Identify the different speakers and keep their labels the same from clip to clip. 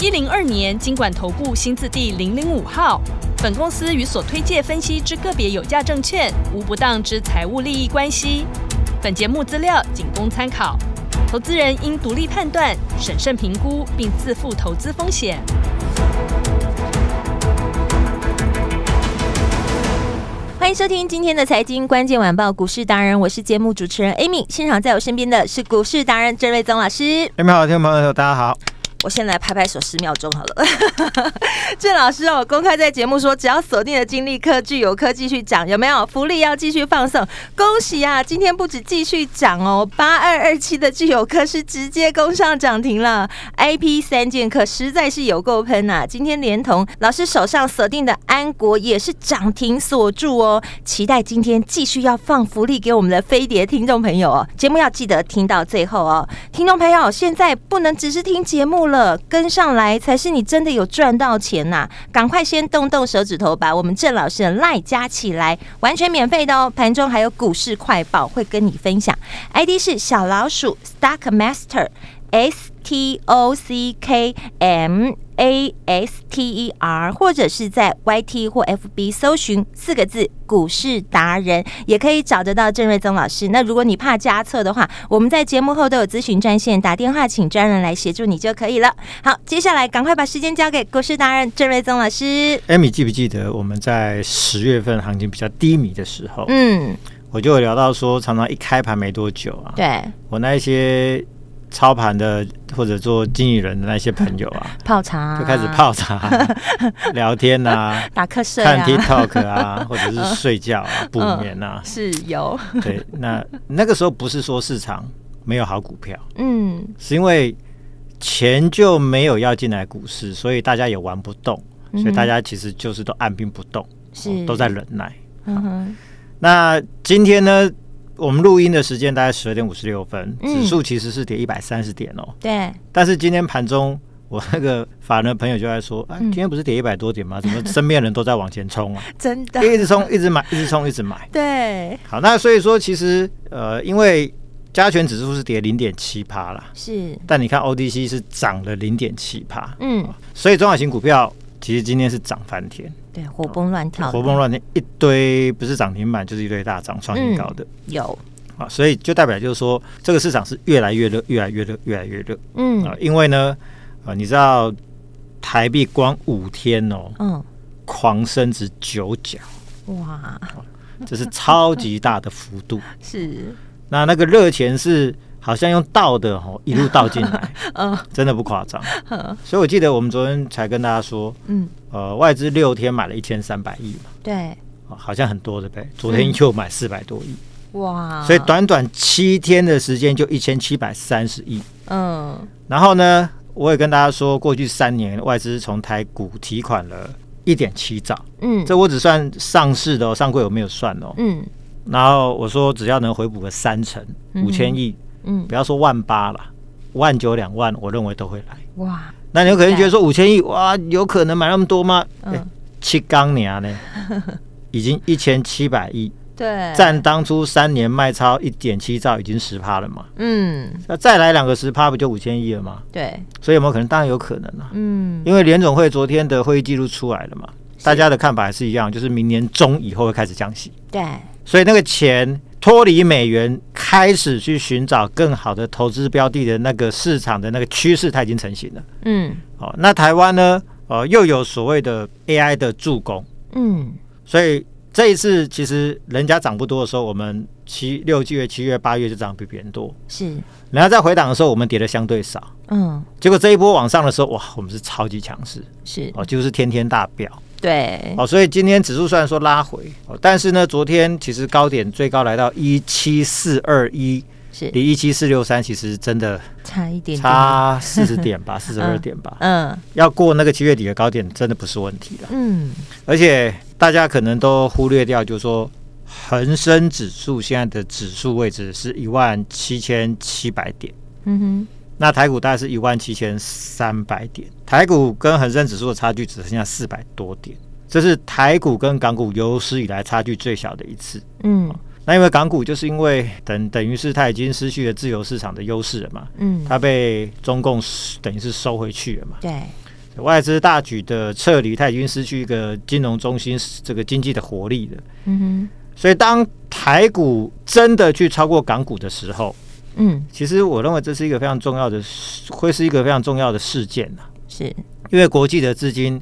Speaker 1: 一零二年经管投顾新字第零零五号。本公司与所推介分析之个别有价证券无不当之财务利益关系。本节目资料仅供参考，投资人应独立判断、审慎评估，并自负投资风险。
Speaker 2: 欢迎收听今天的财经关键晚报股市达人，我是节目主持人 Amy，现场在我身边的是股市达人郑瑞宗老师。
Speaker 3: 各位好，听众朋友大家好。
Speaker 2: 我先来拍拍手，十秒钟好了。 郑老师哦，公开在节目说，只要锁定了金利科、具有科继续涨，有没有福利要继续放送？恭喜啊！今天不止继续涨哦，八二二七的具有科是直接攻上涨停了。IP 三剑客实在是有够喷呐、今天连同老师手上锁定的安国也是涨停锁住哦，期待今天继续要放福利给我们的飞碟听众朋友哦。节目要记得听到最后哦，听众朋友现在不能只是听节目了，跟上来才是你真的有赚到钱呐、赶快先动动手指头，把我们郑老师的赖加起来，完全免费的哦。盘中还有股市快报会跟你分享，ID 是小老鼠 Stock Master。S T O C K M A S T E R，或者是在 YT 或 FB 搜寻四个字“股市达人”，也可以找得到郑瑞宗老师。那如果你怕加错的话，我们在节目后都有咨询专线，打电话请专人来协助你就可以了。好，接下来赶快把时间交给股市达人郑瑞宗老师。
Speaker 3: Amy 记不记得我们在十月份行情比较低迷的时候，
Speaker 2: 嗯，
Speaker 3: 我就有聊到说，常常一开盘没多久啊，
Speaker 2: 对，
Speaker 3: 我那一些操盘的或者做经理人的那些朋友 啊，
Speaker 2: 泡茶
Speaker 3: 就开始，泡茶、啊聊天 啊、
Speaker 2: 打瞌睡
Speaker 3: 看
Speaker 2: 啊，嗯
Speaker 3: TikTok 啊，或 者是睡觉啊、补眠啊。
Speaker 2: 是有，
Speaker 3: 对，那那个时候不是说市场没有好股票，
Speaker 2: 嗯
Speaker 3: 是因为钱就没有要进来股市，所以大家也玩不动，所以大家其实就是都按兵不动，
Speaker 2: 嗯
Speaker 3: 哦
Speaker 2: 是
Speaker 3: 都在忍耐。
Speaker 2: 嗯哼，
Speaker 3: 那今天呢，我们录音的时间大概十二点五十六分，
Speaker 2: 嗯
Speaker 3: 指数其实是跌一百三十点哦，
Speaker 2: 对，
Speaker 3: 但是今天盘中。我那个法人的朋友就在说，啊，
Speaker 2: 嗯
Speaker 3: 今天不是跌一百多点吗？怎么 身边人都在往前冲啊？
Speaker 2: 真的
Speaker 3: 就，一直冲，一直买，一直冲，一直买。
Speaker 2: 对，
Speaker 3: 好，那所以说，其实呃，因为加权指数是跌零点七趴啦，
Speaker 2: 是，
Speaker 3: 但你看 ODC 是涨了零点七趴，
Speaker 2: 嗯。
Speaker 3: 所以中小型股票其实今天是涨翻天，
Speaker 2: 对，活蹦乱跳的，
Speaker 3: 活蹦乱天，一堆不是涨停板就是一堆大涨创新高的、
Speaker 2: 有，
Speaker 3: 啊，所以就代表就是说这个市场是越来越热，越来越热，越来越热
Speaker 2: 嗯
Speaker 3: 啊，因为呢，啊，你知道台币光五天哦，
Speaker 2: 嗯，
Speaker 3: 狂升值九角，
Speaker 2: 哇，
Speaker 3: 这是超级大的幅度，
Speaker 2: 是，
Speaker 3: 那那个热钱是。好像用倒的 哦，一路倒进来，
Speaker 2: 嗯
Speaker 3: 真的不夸张。所以我记得我们昨天才跟大家说，
Speaker 2: 嗯，
Speaker 3: 呃，外资六天买了一千三百亿嘛，
Speaker 2: 对，
Speaker 3: 哦好像很多对不对？昨天又买四百多亿，
Speaker 2: 嗯哇，
Speaker 3: 所以，短短七天的时间就一千七百三十亿。
Speaker 2: 嗯，
Speaker 3: 然后呢，我也跟大家说，过去三年外资从台股提款了一点七兆，
Speaker 2: 嗯，
Speaker 3: 这我只算上市的哦，上柜我没有算哦。
Speaker 2: 嗯，
Speaker 3: 然后我说，只要能回补个三成，
Speaker 2: 嗯
Speaker 3: 五千亿，
Speaker 2: 嗯，
Speaker 3: 不要说万八啦，万九两万，我认为都会来。
Speaker 2: 哇，
Speaker 3: 那你有可能觉得说五千亿哇，有可能买那么多吗？
Speaker 2: 啊嗯
Speaker 3: 哎七刚年呢，已经一千七百亿，
Speaker 2: 对，，啊
Speaker 3: 占当初三年卖超一点七兆，已经十趴了嘛。
Speaker 2: 嗯，
Speaker 3: 那再来两个十趴，不就五千亿了吗？
Speaker 2: 对，
Speaker 3: 所以有没有可能？当然有可能啊，
Speaker 2: 嗯，
Speaker 3: 因为联总会昨天的会议记录出来了嘛，大家的看法还是一样，就是明年中以后会开始降息，
Speaker 2: 对，
Speaker 3: 所以那个钱脱离美元，开始去寻找更好的投资标的的那个市场的那个趋势，它已经成型了。
Speaker 2: 嗯，
Speaker 3: 哦，那台湾呢？呃，又有所谓的 AI 的助攻，
Speaker 2: 嗯，
Speaker 3: 所以这一次其实人家涨不多的时候，我们七六七月、七月、八月就涨比别人多。
Speaker 2: 是，
Speaker 3: 然后在回档的时候，我们跌的相对少。
Speaker 2: 嗯，
Speaker 3: 结果这一波往上的时候，哇，我们是超级强势
Speaker 2: 是，
Speaker 3: 哦，就是天天大飙
Speaker 2: 对，
Speaker 3: 哦。所以今天指数虽然说拉回，哦，但是呢，昨天其实高点最高来到一七四二一，
Speaker 2: 是，
Speaker 3: 离一七四六三其实真的
Speaker 2: 差一点，，
Speaker 3: 差四十点 吧，四十二点吧，
Speaker 2: 嗯，
Speaker 3: 要过那个七月底的高点真的不是问题了。
Speaker 2: 嗯，
Speaker 3: 而且大家可能都忽略掉，就是说恒生指数现在的指数位置是一万七千七百点，
Speaker 2: 嗯哼，
Speaker 3: 那台股大概是一万七千三百点，台股跟恒生指数的差距只剩下四百多点，这是台股跟港股有史以来差距最小的一次。
Speaker 2: 嗯
Speaker 3: 那因为港股就是因为等等于是它已经失去了自由市场的优势了嘛，
Speaker 2: 嗯，
Speaker 3: 它被中共收等于是收回去了嘛，
Speaker 2: 对，
Speaker 3: 外资大举的撤离，它已经失去一个金融中心这个经济的活力了。
Speaker 2: 嗯
Speaker 3: 所以当台股真的去超过港股的时候，
Speaker 2: 哼，嗯
Speaker 3: 其实我认为这是一个非常重要的事，会是一个非常重要的事件啊呐、
Speaker 2: 是，
Speaker 3: 因为国际的资金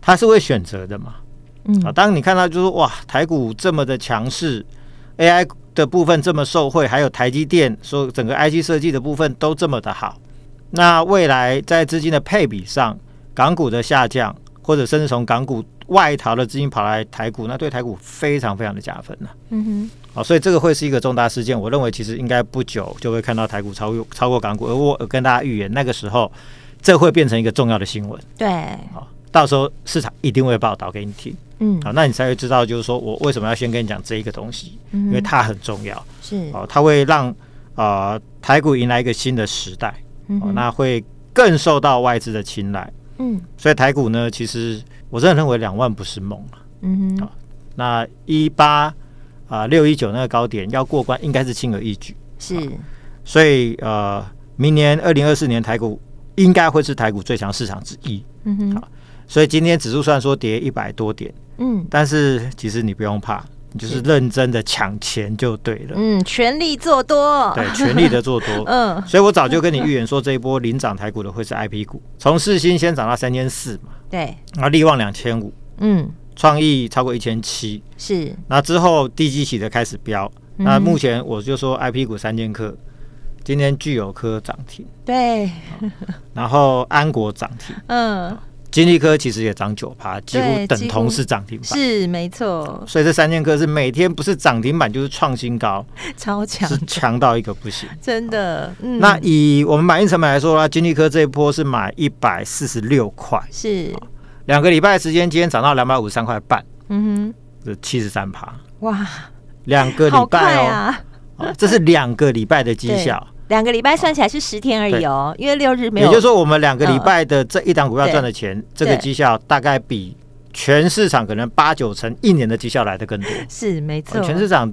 Speaker 3: 它是会选择的嘛。啊，
Speaker 2: 嗯
Speaker 3: 当你看到就是哇，台股这么的强势，AI 的部分这么受惠，还有台积电说整个 IC 设计的部分都这么的好，那未来在资金的配比上，港股的下降，或者甚至从港股外逃的资金跑来台股，那对台股非常非常的加分呐、
Speaker 2: 嗯哼，
Speaker 3: 啊，所以这个会是一个重大事件。我认为其实应该不久就会看到台股超越超过港股，而我跟大家预言，那个时候这会变成一个重要的新闻
Speaker 2: 对，
Speaker 3: 啊，到时候市场一定会报道给你听。
Speaker 2: 嗯
Speaker 3: 好，那你才会知道，就是说我为什么要先跟你讲这一个东西，
Speaker 2: 嗯
Speaker 3: 因为
Speaker 2: 哼嗯
Speaker 3: 它很重要
Speaker 2: 是，
Speaker 3: 哦，它会让啊台股迎来一个新的时代
Speaker 2: 嗯
Speaker 3: 哦
Speaker 2: 哼，
Speaker 3: 那会更受到外资的青睐。
Speaker 2: 嗯
Speaker 3: 所以台股呢，其实我真的认为两万不是梦啊
Speaker 2: 嗯哼
Speaker 3: 好，那一八啊六一九那个高点要过关，应该是轻而易举。
Speaker 2: 是，
Speaker 3: 所以呃，明年二零二四年台股应该会是台股最强市场之一。
Speaker 2: 嗯哼
Speaker 3: 好，所以今天指数虽然说跌一百多点。
Speaker 2: 嗯
Speaker 3: 但是其实你不用怕，你就是认真的抢钱就对了，
Speaker 2: 嗯，全力做多，
Speaker 3: 对，全力的做多。
Speaker 2: 嗯
Speaker 3: 所以我早就跟你预言说，这一波领涨台股的会是 I P 股，从四星先涨到三千四嘛，
Speaker 2: 对，
Speaker 3: 然后力旺两千五，
Speaker 2: 嗯
Speaker 3: 创意超过一千七，
Speaker 2: 是，
Speaker 3: 那之后低基期的开始飙。
Speaker 2: 嗯
Speaker 3: 那目前我就说 I P 股三剑客，今天具有科涨停，
Speaker 2: 对，
Speaker 3: 然后安国涨停，
Speaker 2: 嗯
Speaker 3: 金利科其实也涨九趴，几乎
Speaker 2: 对
Speaker 3: 等
Speaker 2: 几乎
Speaker 3: 同是涨停板。
Speaker 2: 是没错，
Speaker 3: 所以这三剑客是每天不是涨停板就是创新高，
Speaker 2: 超强
Speaker 3: 是，强到一个不行。
Speaker 2: 真的，嗯，
Speaker 3: 那以我们买进成本来说啦，金利科这一波是买一百四十六块，
Speaker 2: 是，
Speaker 3: 两个礼拜的时间，今天涨到两百五十三块半，
Speaker 2: 嗯
Speaker 3: 是七十三趴，
Speaker 2: 哼，哇，
Speaker 3: 两个礼
Speaker 2: 好
Speaker 3: 拜
Speaker 2: 快
Speaker 3: 哦，
Speaker 2: 啊！
Speaker 3: 哦这是两个礼拜的绩 效，
Speaker 2: 两个礼拜算起来是十天而已哦，因为六日没
Speaker 3: 也
Speaker 2: 有，
Speaker 3: 就是说，我们两个礼拜的这一档股票赚的钱，这个绩效大概比全市场可能八九成一年的绩效来的更多，
Speaker 2: 是没错，
Speaker 3: 哦全市场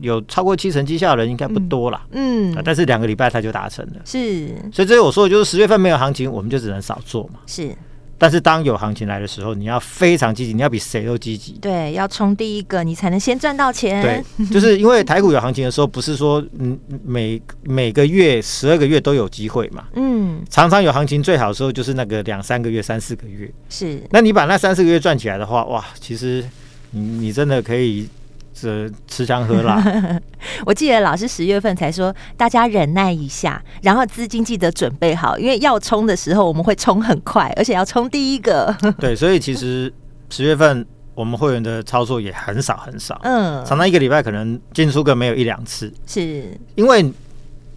Speaker 3: 有超过七成绩效的人应该不多啦，
Speaker 2: 嗯
Speaker 3: 啊但是两个礼拜它就达成了。
Speaker 2: 是
Speaker 3: 所以这是我说的，就是十月份没有行情，我们就只能少做嘛。
Speaker 2: 是，
Speaker 3: 但是当有行情来的时候，你要非常积极，你要比谁都积极。
Speaker 2: 对，要冲第一个你才能先赚到钱，
Speaker 3: 对，就是因为台股有行情的时候，不是说嗯每每个月十二个月都有机会嘛。
Speaker 2: 嗯
Speaker 3: 常常有行情，最好的时候就是那个两三个月、三四个月。
Speaker 2: 是，
Speaker 3: 那你把那三四个月赚起来的话，哇，其实你你真的可以呃这、吃香喝辣。
Speaker 2: 我记得老师十月份才说大家忍耐一下，然后资金记得准备好，因为要冲的时候我们会冲很快，而且要冲第一 个，
Speaker 3: 对，所以其实十月份我们会员的操作也很少很少，
Speaker 2: 嗯
Speaker 3: 常常一个礼拜可能进出个没有一两次，
Speaker 2: 是，
Speaker 3: 因为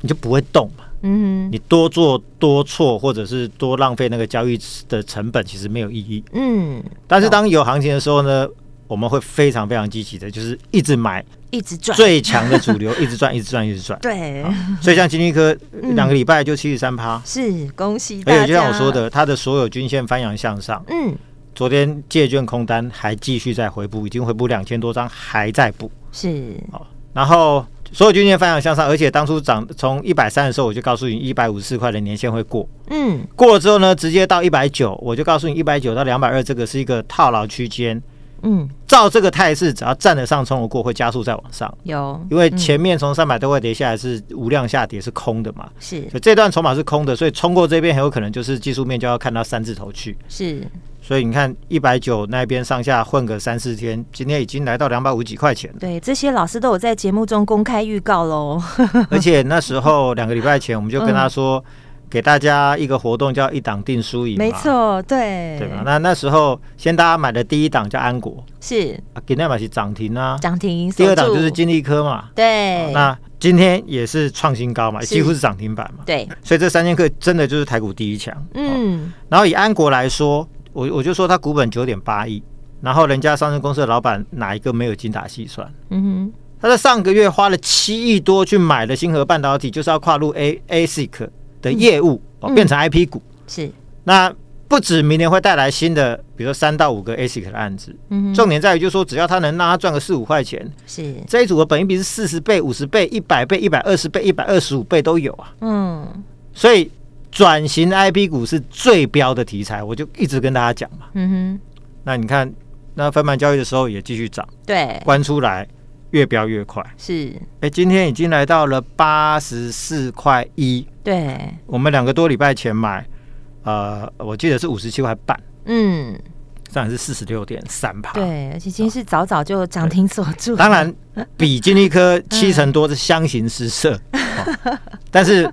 Speaker 3: 你就不会动嘛。
Speaker 2: 嗯哼
Speaker 3: 你多做多错，或者是多浪费那个交易的成本，其实没有意义。
Speaker 2: 嗯，
Speaker 3: 但是当有行情的时候呢，我们会非常非常积极的，就是一直买
Speaker 2: 一直赚，
Speaker 3: 最强的主流，一直赚，一直赚，一直赚。
Speaker 2: 对，
Speaker 3: 所以像金立科
Speaker 2: 嗯
Speaker 3: 两个礼拜就七十三趴，
Speaker 2: 是恭喜大
Speaker 3: 而
Speaker 2: 家，
Speaker 3: 且就像我说，的，它的所有均线翻扬向上。
Speaker 2: 嗯
Speaker 3: 昨天借券空单还继续在回补，已经回补两千多张，还在补。
Speaker 2: 是，
Speaker 3: 然后所有均线翻扬向上，而且当初涨从一百三的时候，我就告诉你一百五十四块的年限会过。
Speaker 2: 嗯
Speaker 3: 过了之后呢，直接到一百九，我就告诉你一百九到两百二这个是一个套牢区间。
Speaker 2: 嗯
Speaker 3: 照这个态势，只要站得上冲得过，会加速再往上。
Speaker 2: 有，
Speaker 3: 因为前面从三百多块跌下来是无量下跌，是空的嘛，
Speaker 2: 是
Speaker 3: 所以这段筹码是空的，所以冲过这边很有可能就是技术面就要看到三字头去。
Speaker 2: 是，，
Speaker 3: 所以你看一百九那边上下混个三四天，今天已经来到两百五几块钱了
Speaker 2: 对，这些老师都有在节目中公开预告喽。
Speaker 3: 而且那时候两个礼拜前我们就跟他说，给大家一个活动叫一档定输赢，
Speaker 2: 没，错，对，
Speaker 3: 对吧？那那时候先大家买的第一档叫安国，
Speaker 2: 是
Speaker 3: 啊，今天嘛是涨停啊，
Speaker 2: 涨停，
Speaker 3: 第
Speaker 2: 锁
Speaker 3: 二档
Speaker 2: 住
Speaker 3: 就是金利科嘛，
Speaker 2: 对，
Speaker 3: 那今天也是创新高嘛，
Speaker 2: 是
Speaker 3: 几乎是涨停板嘛，
Speaker 2: 对，
Speaker 3: 所以这三剑客真的就是台股第一强。哦，
Speaker 2: 嗯
Speaker 3: 然后以安国来说，我我就说它股本九点八亿，然后人家上市公司的老板哪一个没有精打细算？
Speaker 2: 嗯
Speaker 3: 他在上个月花了七亿多去买了星河半导体，就是要跨入 A ASIC 的业务、
Speaker 2: 嗯
Speaker 3: 哦，变成 IP 股。
Speaker 2: 哼，是，
Speaker 3: 那不止明年会带来新的，比如说三到五个 ASIC 的案子，
Speaker 2: 嗯哼，
Speaker 3: 重点在于就是说，只要他能让他赚个四五块钱，
Speaker 2: 是，
Speaker 3: 这一组的本益比是四十倍、五十倍、一百倍、一百二十倍、一百二十五倍都有啊。
Speaker 2: 嗯
Speaker 3: 所以转型 IP 股是最标的题材，我就一直跟大家讲嘛。
Speaker 2: 嗯
Speaker 3: 那你看，那分盘交易的时候也继续涨，
Speaker 2: 哼，对，
Speaker 3: 关出来越标越快。
Speaker 2: 是，
Speaker 3: 哎，今天已经来到了八十四块一，
Speaker 2: 对，
Speaker 3: 我们两个多礼拜前买，呃，我记得是五十七块半，
Speaker 2: 嗯，
Speaker 3: 这样是四十六点三趴。
Speaker 2: 对，而且今天是早早就涨停锁住，
Speaker 3: 哦当然，比金利科七成多是相形 失色，哦但是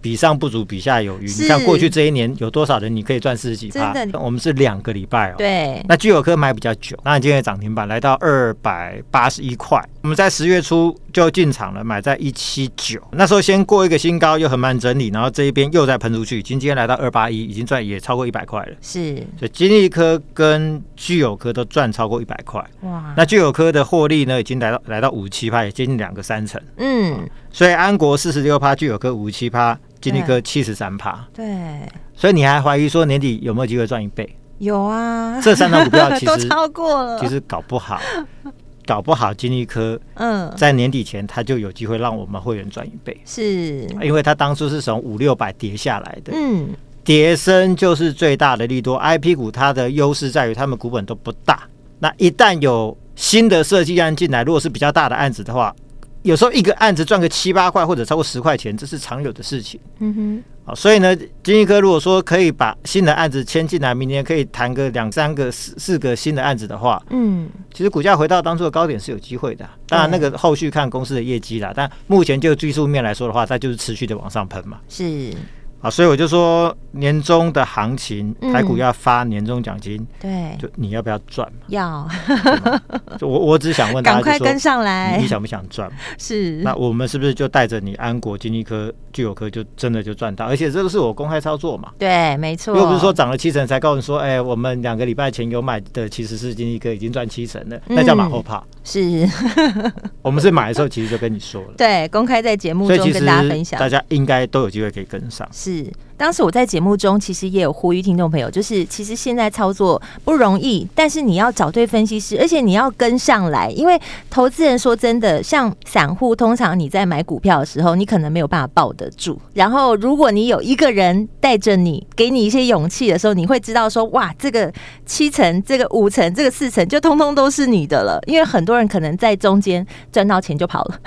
Speaker 3: 比上不足，比下有余。
Speaker 2: 是
Speaker 3: 你像过去这一年，有多少人你可以赚四十几趴？
Speaker 2: 真的
Speaker 3: 我们是两个礼拜哦。。
Speaker 2: 对，
Speaker 3: 那聚友科买比较久，那今天的涨停板来到二百八十一块，我们在十月初就进场了，买在一七九，那时候先过一个新高，又横盘整理，然后这一边又再喷出去，已经今天来到二八一，已经赚也超过一百块了。
Speaker 2: 是，
Speaker 3: 所以金利科跟聚友科都赚超过一百块，
Speaker 2: 哇，
Speaker 3: 那聚友科的获利呢，已经来到来到五七趴，也接近两个三成。
Speaker 2: 嗯，
Speaker 3: 所以安国四十六趴，聚友科五七趴，金利科七十三趴。
Speaker 2: 对，
Speaker 3: 所以你还怀疑说年底有没有机会赚 一倍？
Speaker 2: 有啊，
Speaker 3: 这三张股票其
Speaker 2: 都
Speaker 3: 实
Speaker 2: 超过了，
Speaker 3: 其实搞不好，搞不好金利科
Speaker 2: 嗯，
Speaker 3: 在年底前它就有机会让我们会员赚一倍，
Speaker 2: 是，
Speaker 3: 因为它当初是从五六百跌下来的，
Speaker 2: 嗯，
Speaker 3: 跌升就是最大的利多。I P 股它的优势在于它们股本都不大，那一旦有新的设计案进来，如果是比较大的案子的话，有时候一个案子赚个七八块或者超过十块钱，这是常有的事情。
Speaker 2: 嗯哼，
Speaker 3: 好，所以呢，金一哥如果说可以把新的案子签进来，明年可以谈个两三个、四四个新的案子的话，
Speaker 2: 嗯，其
Speaker 3: 其实股价回到当初的高点是有机会的啊，当然那个后续看公司的业绩啦。但目前就技术面来说的话，它就是持续的往上喷嘛。
Speaker 2: 是，
Speaker 3: 啊，所以我就说年终的行情，
Speaker 2: 嗯哎
Speaker 3: 台股要发年终奖金，
Speaker 2: 对，
Speaker 3: 就你要不要赚嘛？
Speaker 2: 要
Speaker 3: 就我我只想问大
Speaker 2: 赶
Speaker 3: 家
Speaker 2: 快
Speaker 3: 就说
Speaker 2: 跟，上来嗯
Speaker 3: 你你，想不想赚？
Speaker 2: 是，
Speaker 3: 那我们是不是就带着你安国、金立科、聚友科就真的就赚到？而且这个是我公开操作嘛。
Speaker 2: 对，啊没错，
Speaker 3: 又不是说涨了七成才告诉你说，哎、我们两个礼拜前有买的其实是金立科已经赚七成了，
Speaker 2: 嗯
Speaker 3: 那叫马后炮。
Speaker 2: 是，
Speaker 3: 我们是买的时候其实就跟你说了。
Speaker 2: 对，公开在 节目
Speaker 3: 所以
Speaker 2: 中
Speaker 3: 其实
Speaker 2: 跟大家分享
Speaker 3: 大。家应该都有机会可以跟上。
Speaker 2: 是，当时我在节目中其实也有呼吁听众朋友，就是其实现在操作不容易，但是你要找对分析师，而且你要跟上来，因为投资人说真的，像散户，通常你在买股票的时候，你可能没有办法抱得住。然后如果你有一个人带着你，给你一些勇气的时候，你会知道说，哇，这个七成、这个五成、这个四成，就通通都是你的了。因为很多人可能在中间赚到钱就跑了，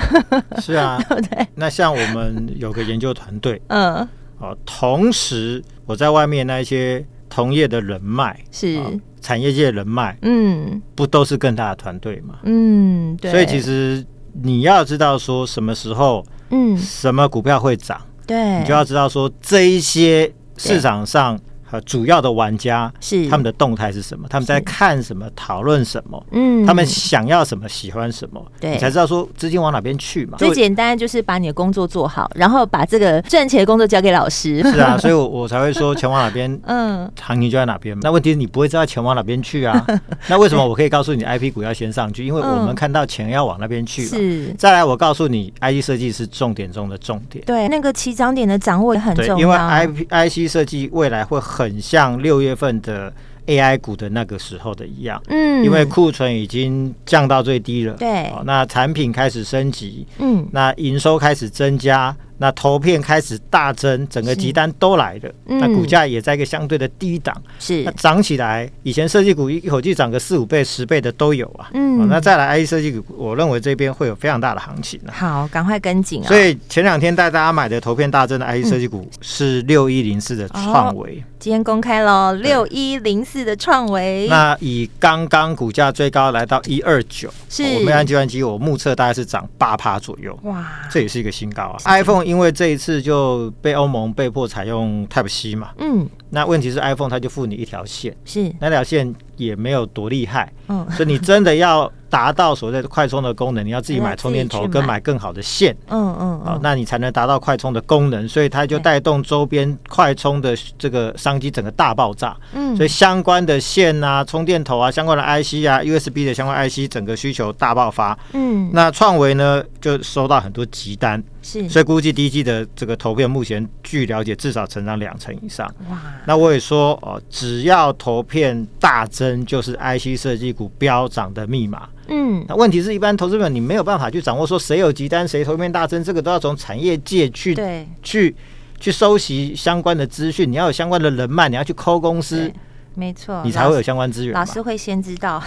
Speaker 3: 是啊，
Speaker 2: 对不 对？
Speaker 3: 那像我们有个研究团队
Speaker 2: 嗯，
Speaker 3: 哦，同时我在外面那一些同业的人脉，
Speaker 2: 是，
Speaker 3: 哦产业界人脉，
Speaker 2: 嗯
Speaker 3: 不都是更大的团队嘛？
Speaker 2: 嗯，对。
Speaker 3: 所以其实你要知道说什么时候
Speaker 2: 嗯，
Speaker 3: 什么股票会涨，
Speaker 2: 对，
Speaker 3: 你就要知道说这一些市场上和主要的玩家
Speaker 2: 是
Speaker 3: 他们的动态是什么，他们在看什么，讨论什么。
Speaker 2: 嗯
Speaker 3: 他们想要什么，喜欢什么，
Speaker 2: 对
Speaker 3: 你才知道说资金往哪边去嘛。
Speaker 2: 最简单就是把你的工作做好，然后把这个赚钱的工作交给老 师。，
Speaker 3: 是啊，所以我我才会说钱往哪边
Speaker 2: 嗯，
Speaker 3: 行情就在哪边嘛。那问题是你不会知道钱往哪边去 啊。那为什么我可以告诉你 IP 股要先上去？因为我
Speaker 2: 嗯
Speaker 3: 们看到钱要往那边去嘛。
Speaker 2: 是，
Speaker 3: 再来，我告诉你，IC 设计是重点中的重点。
Speaker 2: 对，那个起涨点的掌握也很
Speaker 3: 对，
Speaker 2: 重要。啊
Speaker 3: 因为 I P I C 设计未来会很像六月份的 A I 股的那个时候的一样，
Speaker 2: 嗯，
Speaker 3: 因为库存已经降到最低了，
Speaker 2: 对
Speaker 3: 哦那产品开始升级，
Speaker 2: 嗯
Speaker 3: 那营收开始增加，那投片开始大增，整个
Speaker 2: 是
Speaker 3: 集单都来了，
Speaker 2: 嗯
Speaker 3: 那股价也在一个相对的低档，那
Speaker 2: 是
Speaker 3: 涨起来，以前设计股一口气涨个四五倍、十倍的都有啊，
Speaker 2: 嗯
Speaker 3: 哦那再来 I E 设计股，我认为这边会有非常大的行情啊。
Speaker 2: 好，赶快跟紧啊。
Speaker 3: 所以前两天带大家买的投片大增的 IC 设计股
Speaker 2: 嗯
Speaker 3: 是六一零四的创维，
Speaker 2: 今天公开喽，六一零四的创维
Speaker 3: 那以刚刚股价最高来到一二九，哦
Speaker 2: 是
Speaker 3: 我们按计算机，我目测大概是涨八趴左右。
Speaker 2: 哇，
Speaker 3: 这也是一个新高啊！iPhone 因为这一次就被欧盟被迫采用 Type C 嘛，
Speaker 2: 嗯
Speaker 3: 那问题是 iPhone 它就付你一条线，
Speaker 2: 是
Speaker 3: 那条线也没有多厉害，
Speaker 2: 嗯
Speaker 3: 所以你真的要达到所谓的快充的功能，你要自己
Speaker 2: 还要
Speaker 3: 买充电
Speaker 2: 自己
Speaker 3: 头
Speaker 2: 去
Speaker 3: 跟
Speaker 2: 买
Speaker 3: 买更好的线。
Speaker 2: 嗯嗯
Speaker 3: 啊、
Speaker 2: 嗯，
Speaker 3: 那你才能达到快充的功能，所以它就
Speaker 2: 对
Speaker 3: 带动周边快充的这个商机整个大爆炸。
Speaker 2: 嗯
Speaker 3: 所以相关的线啊、充电头啊、相关的 IC 啊、USB 的相关 IC，整个需求大爆发。
Speaker 2: 嗯
Speaker 3: 那创维呢，就收到很多急单，
Speaker 2: 是
Speaker 3: 所以估计第一季的这个投票，目前据了解至少成长两成以上。
Speaker 2: 哇，
Speaker 3: 那我也说哦，只要投片大增，就是 IC 设计股飙涨的密码。
Speaker 2: 嗯
Speaker 3: 那问题是一般投资者你没有办法去掌握说谁有急单，谁投片大增，这个都要从产业界去
Speaker 2: 对
Speaker 3: 去去收集相关的资讯，你要有相关的人脉，你要去抠公司
Speaker 2: 对，，没错，
Speaker 3: 你才会
Speaker 2: 老
Speaker 3: 有
Speaker 2: 师
Speaker 3: 相关资源嘛
Speaker 2: 老。师会先知道，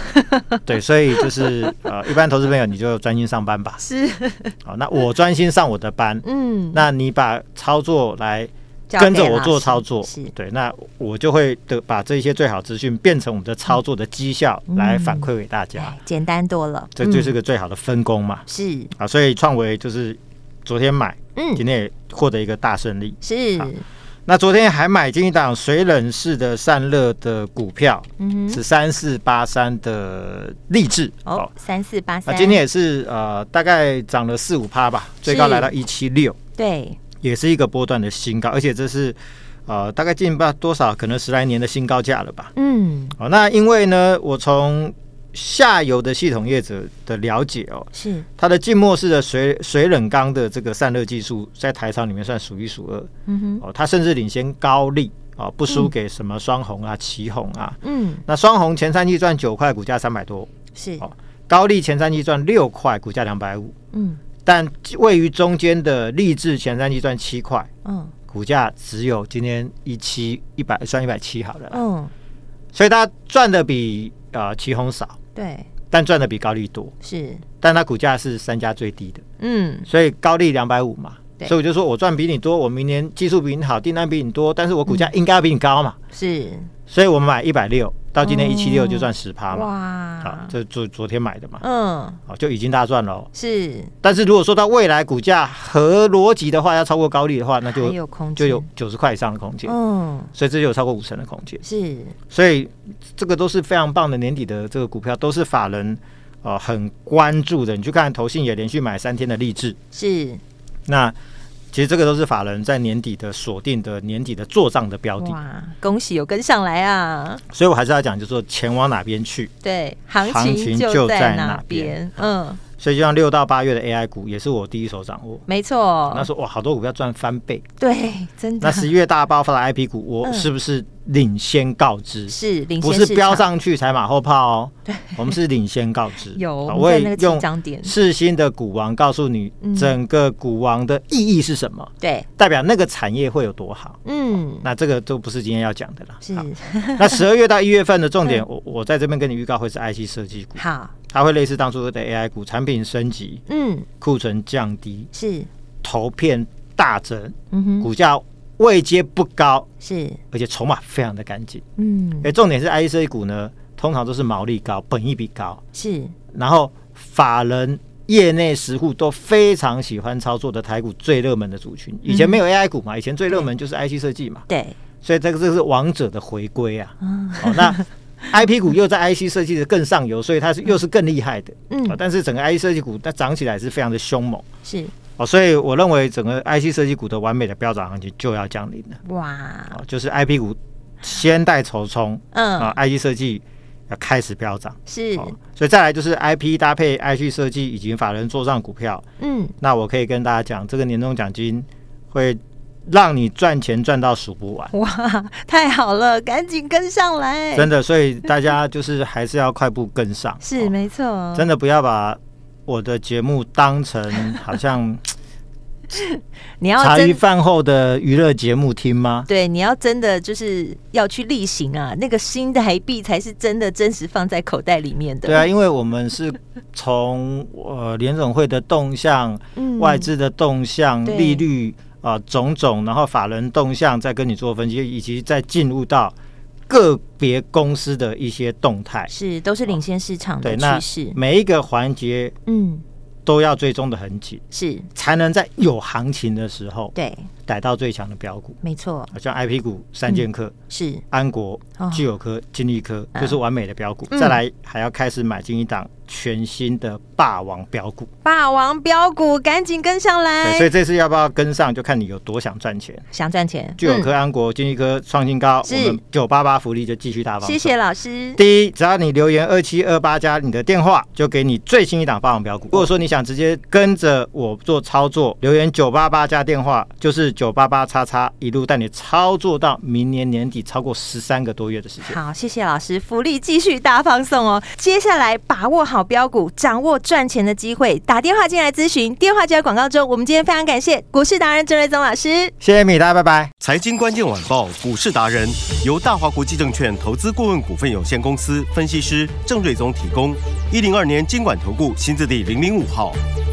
Speaker 3: 对，所以就是呃，一般投资朋友你就专心上班吧。
Speaker 2: 是
Speaker 3: 好，那我专心上我的班，
Speaker 2: 嗯，
Speaker 3: 那你把操作来
Speaker 2: 交
Speaker 3: 跟着
Speaker 2: 给
Speaker 3: 我
Speaker 2: 老
Speaker 3: 做
Speaker 2: 师
Speaker 3: 操作
Speaker 2: 是，
Speaker 3: 对，那我就会的把这些最好资讯变成我们的操作的绩效来反馈给大家
Speaker 2: 哎，简单多了，
Speaker 3: 这就
Speaker 2: 嗯
Speaker 3: 是个最好的分工嘛。
Speaker 2: 是
Speaker 3: 啊，所以创维就是昨天买，
Speaker 2: 嗯
Speaker 3: 今天也获得一个大胜利。
Speaker 2: 是
Speaker 3: 好那昨天还买进一档水冷式的散热的股票，
Speaker 2: 嗯哼
Speaker 3: 是三四八三的励志
Speaker 2: 哦，三四八
Speaker 3: 那
Speaker 2: 三，
Speaker 3: 啊今天也是呃，大概涨了四五趴吧，最高来到一七六，
Speaker 2: 对
Speaker 3: 也是一个波段的新高，而且这是呃大概近不知道多少，可能十来年的新高价了吧。
Speaker 2: 嗯
Speaker 3: 哦，那因为呢，我从下游的系统业者的了解哦，
Speaker 2: 是
Speaker 3: 它的浸没式的水水冷缸的这个散热技术，在台厂里面算数一数二
Speaker 2: 嗯哼
Speaker 3: 哦，它甚至领先高利哦，不输给什么双红啊、旗红啊。
Speaker 2: 嗯
Speaker 3: 那双红前三季赚九块，股价三百多；
Speaker 2: 是
Speaker 3: 好高利前三季赚六块，股价两百五。
Speaker 2: 嗯
Speaker 3: 但位于中间的励志前三季赚七块，
Speaker 2: 嗯
Speaker 3: 股价只有今天一七一百算一百七好了啦，
Speaker 2: 嗯
Speaker 3: 所以它赚的比呃旗红少，
Speaker 2: 对
Speaker 3: 但赚的比高利多，
Speaker 2: 是
Speaker 3: 但它股价是三家最低的，
Speaker 2: 嗯
Speaker 3: 所以高利两百五嘛，
Speaker 2: 对
Speaker 3: 所以我就说我赚比你多，我明年技术比你好，订单比你多，但是我股价应该要比你高嘛，
Speaker 2: 是
Speaker 3: 所以我们买一百六到今天
Speaker 2: 哦
Speaker 3: 一七六就赚十趴嘛，啊
Speaker 2: 哇，
Speaker 3: 这昨昨天买的嘛，
Speaker 2: 嗯
Speaker 3: 啊就已经大赚了哦。
Speaker 2: 是
Speaker 3: 但是如果说到未来股价合逻辑的话，要超过高利的话，那就
Speaker 2: 还有哎空间
Speaker 3: 就有九十块以上的空间，
Speaker 2: 嗯
Speaker 3: 所以这就有超过五成的空间。
Speaker 2: 是
Speaker 3: 所以这个都是非常棒的年底的这个股票，都是法人呃很关注的。你去看投信也连续买三天的励志，
Speaker 2: 是
Speaker 3: 那其实这个都是法人在年底的锁定的年底的做账的标的。
Speaker 2: 哇，恭喜有跟上来啊！
Speaker 3: 所以我还是要讲，就是说钱往哪边去。
Speaker 2: 对，行
Speaker 3: 行
Speaker 2: 情
Speaker 3: 情
Speaker 2: 就
Speaker 3: 就
Speaker 2: 在
Speaker 3: 在
Speaker 2: 哪
Speaker 3: 哪
Speaker 2: 边？嗯，
Speaker 3: 所以就像六到八月的 AI 股，也是我第一手掌握。
Speaker 2: 没错
Speaker 3: 那，时候哇，好多股票赚翻 倍。
Speaker 2: 对，真的
Speaker 3: 那十一月大爆发的 IP 股，我
Speaker 2: 嗯
Speaker 3: 是不是领先告知？
Speaker 2: 是领
Speaker 3: 不
Speaker 2: 先
Speaker 3: 是
Speaker 2: 市场
Speaker 3: 飙上去才马后炮 哦，我们是领先告知。
Speaker 2: 有
Speaker 3: 好
Speaker 2: 我们
Speaker 3: 啊我
Speaker 2: 在
Speaker 3: 也
Speaker 2: 那个起
Speaker 3: 用
Speaker 2: 涨点，
Speaker 3: 世新的股王告诉你
Speaker 2: 嗯
Speaker 3: 整个股王的意义是什么，
Speaker 2: 对，
Speaker 3: 代表那个产业会有多好。
Speaker 2: 嗯，
Speaker 3: 那这个都不是今天要讲的啦。
Speaker 2: 是
Speaker 3: 好那十二月到一月份的 重点，我我在这边跟你预告会是 IC 设计股，
Speaker 2: 好，
Speaker 3: 它会类似当初的 AI 股，产品升级、
Speaker 2: 嗯，
Speaker 3: 库存降低、
Speaker 2: 是，
Speaker 3: 投片大增，
Speaker 2: 嗯哼，
Speaker 3: 股价位阶不高，
Speaker 2: 是，
Speaker 3: 而且筹码非常的干净。
Speaker 2: 嗯，
Speaker 3: 哎，重点是 IC 设计股呢，通常都是毛利高、本益比高，
Speaker 2: 是，
Speaker 3: 然后法人、业内实户都非常喜欢操作的台股最热门的族群。以前没有 AI 股嘛，以前最热门就是 IC 设计嘛，
Speaker 2: 对，
Speaker 3: 所以这个这是王者的回归啊。哦，那 IP 股又在 IC 设计的更上游，所以它是又是更厉害的。
Speaker 2: 嗯
Speaker 3: 哦但是整个 IC 设计股它涨起来是非常的凶猛
Speaker 2: 是，
Speaker 3: 哦，所以我认为整个 IC 设计股的完美的飙涨行情就要降临了
Speaker 2: 哇，
Speaker 3: 哦，就是 IP 股先带头冲啊
Speaker 2: 嗯，
Speaker 3: ，IC 设计要开始飙涨。
Speaker 2: 是，
Speaker 3: 哦，所以再来就是 IP 搭配 IC 设计以及法人做账股票，
Speaker 2: 嗯，
Speaker 3: 那我可以跟大家讲，这个年终奖金会让你赚钱赚到数不完，
Speaker 2: 哇，太好了，赶紧跟上来，
Speaker 3: 真的。所以大家就是还是要快步跟上，
Speaker 2: 是
Speaker 3: 哦
Speaker 2: 没错，
Speaker 3: 真的不要把我的节目当成好 像
Speaker 2: 你要
Speaker 3: 茶余
Speaker 2: 真。
Speaker 3: 饭后的娱乐节目听吗？
Speaker 2: 对，你要真的就是要去力行啊，那个新台币才是真的真实放在口袋里面的。
Speaker 3: 对啊，，因为我们是从呃联总会的动向、
Speaker 2: 嗯
Speaker 3: 外资的动向、
Speaker 2: 对
Speaker 3: 利率啊、种种，然后法人动向再跟你做分析，以及再进入到个别公司的一些动态。
Speaker 2: 是都是领先市场的
Speaker 3: 哦对，那
Speaker 2: 趋势。
Speaker 3: 每一个环节
Speaker 2: 嗯，
Speaker 3: 都要追踪的很紧，
Speaker 2: 是
Speaker 3: 才能在有行情的时候
Speaker 2: 对，
Speaker 3: 逮到最强的标股。
Speaker 2: 没错，
Speaker 3: 好像 I P 股三剑客、
Speaker 2: 是
Speaker 3: 安国、
Speaker 2: 嗯哦
Speaker 3: 具有科、金利科
Speaker 2: 嗯
Speaker 3: 就是完美的标股，
Speaker 2: 嗯
Speaker 3: 再来还要开始买进一档全新的霸王标股。
Speaker 2: 霸王标股，赶紧跟上来
Speaker 3: 对，。所以这次要不要跟上，就看你有多想赚钱。
Speaker 2: 想赚钱，
Speaker 3: 具有科、安国、金利科创新高，
Speaker 2: 嗯是
Speaker 3: 我们九八八福利就继续大
Speaker 2: 嗯
Speaker 3: 方。
Speaker 2: 谢谢。老师。
Speaker 3: 第一，只要你留言二七二八加你的电话，就给你最新一档霸王标股。
Speaker 2: 哦
Speaker 3: 如果说你想直接跟着我做操作，留言九八八加电话，就是九八八叉叉，一路带你操作到明年年底，超过十三个多月的时间。
Speaker 2: 好，谢谢老师，福利继续大放送哦。接下来把握好标股，掌握赚钱的机会，打电话进来咨询，电话就在广告中。我们今天非常感谢股市达人郑瑞宗老师。
Speaker 3: 谢谢米大，拜拜。
Speaker 4: 财经关键晚报股市达人由大华国际证券投资顾问股份有限公司分析师郑瑞宗提供。一零二年经管投顾新字第零零五号。